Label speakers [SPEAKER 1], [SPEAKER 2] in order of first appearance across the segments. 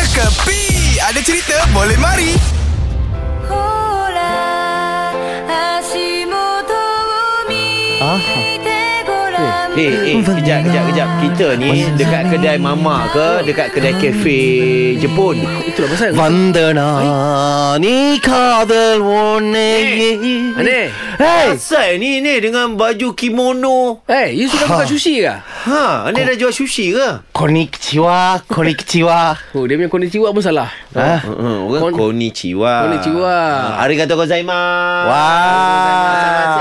[SPEAKER 1] Kepi Ada cerita boleh mari
[SPEAKER 2] Eh, eh, kejap, kejap, kejap. Kita ni dekat kedai mama ke, dekat kedai kafe Jepun. Itulah pasal.
[SPEAKER 3] Vandana ni kadal wonegi.
[SPEAKER 2] Ane,
[SPEAKER 3] Hey.
[SPEAKER 2] asal ni ni dengan baju kimono.
[SPEAKER 4] Eh, you suka makan sushi ke?
[SPEAKER 2] Ha, ane dah jual sushi ke?
[SPEAKER 3] Konnichiwa, konnichiwa.
[SPEAKER 4] Oh, dia punya konnichiwa pun salah.
[SPEAKER 3] Ah.
[SPEAKER 2] Uh, uh, orang
[SPEAKER 4] Kon-
[SPEAKER 2] konnichiwa.
[SPEAKER 4] Konnichiwa.
[SPEAKER 2] Ha, arigato gozaimasu.
[SPEAKER 3] Wah.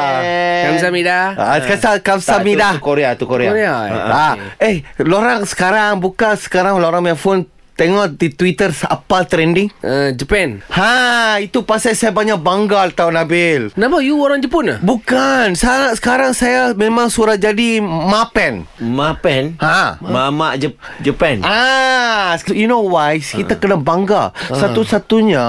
[SPEAKER 4] Kamsahamnida.
[SPEAKER 3] Ah, kasar
[SPEAKER 2] Kamsamida.
[SPEAKER 3] kamsamida.
[SPEAKER 2] Ha. Tu Korea, tu Korea.
[SPEAKER 4] Korea, eh?
[SPEAKER 2] Ha, ha.
[SPEAKER 3] Ah, eh, lorang sekarang buka sekarang lorang punya phone tengok di Twitter apa trending.
[SPEAKER 4] Uh, Japan.
[SPEAKER 3] Ha, itu pasal saya banyak bangga tau Nabil.
[SPEAKER 4] Kenapa you orang Jepun ah?
[SPEAKER 3] Bukan, saya, sekarang saya memang surah jadi mapen.
[SPEAKER 2] Mapen.
[SPEAKER 3] Ha.
[SPEAKER 2] Mamak Jep- Jepun.
[SPEAKER 3] Ah, you know why? Kita kena bangga. Satu-satunya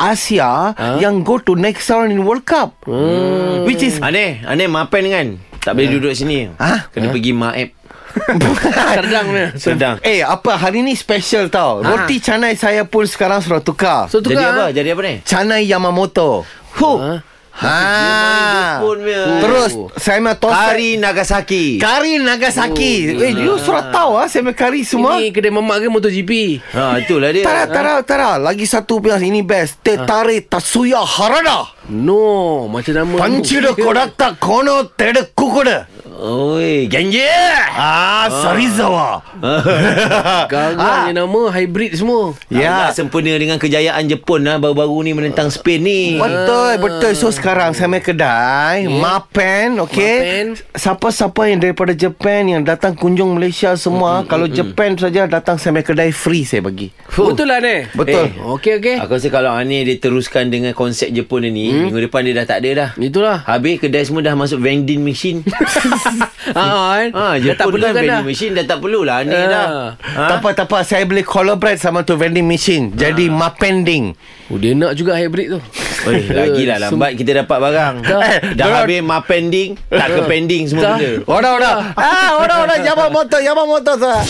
[SPEAKER 3] Asia yang go to next round in World Cup.
[SPEAKER 2] Hmm?
[SPEAKER 3] Which is
[SPEAKER 2] Ane, ane mapen kan? Tak boleh duduk sini.
[SPEAKER 3] Ha?
[SPEAKER 2] Kena pergi maep.
[SPEAKER 4] Serdang punya.
[SPEAKER 2] Sedang.
[SPEAKER 3] Eh, apa hari ni special tau. Roti canai saya pun sekarang sudah tukar.
[SPEAKER 4] So
[SPEAKER 2] Jadi
[SPEAKER 4] tukar.
[SPEAKER 2] apa?
[SPEAKER 4] ah.
[SPEAKER 2] Jadi apa ni?
[SPEAKER 3] Canai Yamamoto. Huh. Ha.
[SPEAKER 2] Jepun punya.
[SPEAKER 3] Terus saya mau tosai
[SPEAKER 2] Kari Nagasaki.
[SPEAKER 3] kari Nagasaki. Eh, you sudah tahu ah saya punya kari semua.
[SPEAKER 4] Ini kedai mamak ke MotoGP?
[SPEAKER 2] Ha, itulah dia.
[SPEAKER 3] Tara, tara, tara. Lagi satu pihak ini best. Teh tarik Tatsuya Harada.
[SPEAKER 4] No, macam nama.
[SPEAKER 3] ಪಂಚಿಡ ಕೊಡತ್ತ ಕೋಣೋ ತೆಡ ಕುಕುಡ
[SPEAKER 2] Oi, Genji.
[SPEAKER 3] ಆ ಸರಿಸವ
[SPEAKER 2] Ah.
[SPEAKER 4] Gagal ni nama hybrid semua.
[SPEAKER 2] Ya.
[SPEAKER 3] Ya.
[SPEAKER 2] sempena dengan kejayaan Jepun lah baru-baru ni menentang Spain ni.
[SPEAKER 3] Betul Betul So sekarang Saya main kedai yeah. Mapen
[SPEAKER 4] Mapen.
[SPEAKER 3] Okay Siapa-siapa yang daripada Japan Yang datang kunjung Malaysia semua Kalau Japan saja Datang saya main kedai Free saya bagi
[SPEAKER 4] Fuh. Betul lah ni.
[SPEAKER 3] Betul.
[SPEAKER 4] Eh, okey okey.
[SPEAKER 2] Aku rasa kalau Ani dia teruskan dengan konsep Jepun ni, hmm? minggu depan dia dah tak ada dah.
[SPEAKER 4] Itulah.
[SPEAKER 2] Habis kedai semua dah masuk vending machine.
[SPEAKER 4] Ha, kan?
[SPEAKER 2] ha,
[SPEAKER 4] Dah
[SPEAKER 2] Jepun
[SPEAKER 4] tak perlu
[SPEAKER 2] kan
[SPEAKER 4] kan dah.
[SPEAKER 2] vending machine dah tak perlulah Ani
[SPEAKER 4] Ah.
[SPEAKER 2] dah.
[SPEAKER 3] ha? Tak apa tak apa Saya boleh collaborate Sama tu vending machine Jadi Mapending
[SPEAKER 4] Oh, dia nak juga hybrid tu.
[SPEAKER 2] Oi, Eh, lagilah lah. lambat kita dapat barang.
[SPEAKER 3] Eh,
[SPEAKER 2] dah
[SPEAKER 3] dorang-
[SPEAKER 2] habis map pending, tak ke pending semua
[SPEAKER 4] Dah.
[SPEAKER 2] benda.
[SPEAKER 3] Orang orang Ah orang orang Yamamoto Yamamoto sah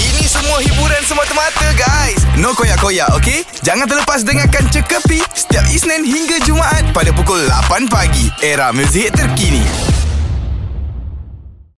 [SPEAKER 1] Ini semua hiburan semata-mata guys No koyak-koyak ok Jangan terlepas dengarkan Cekapi Setiap Isnin hingga Jumaat Pada pukul 8 pagi Era muzik terkini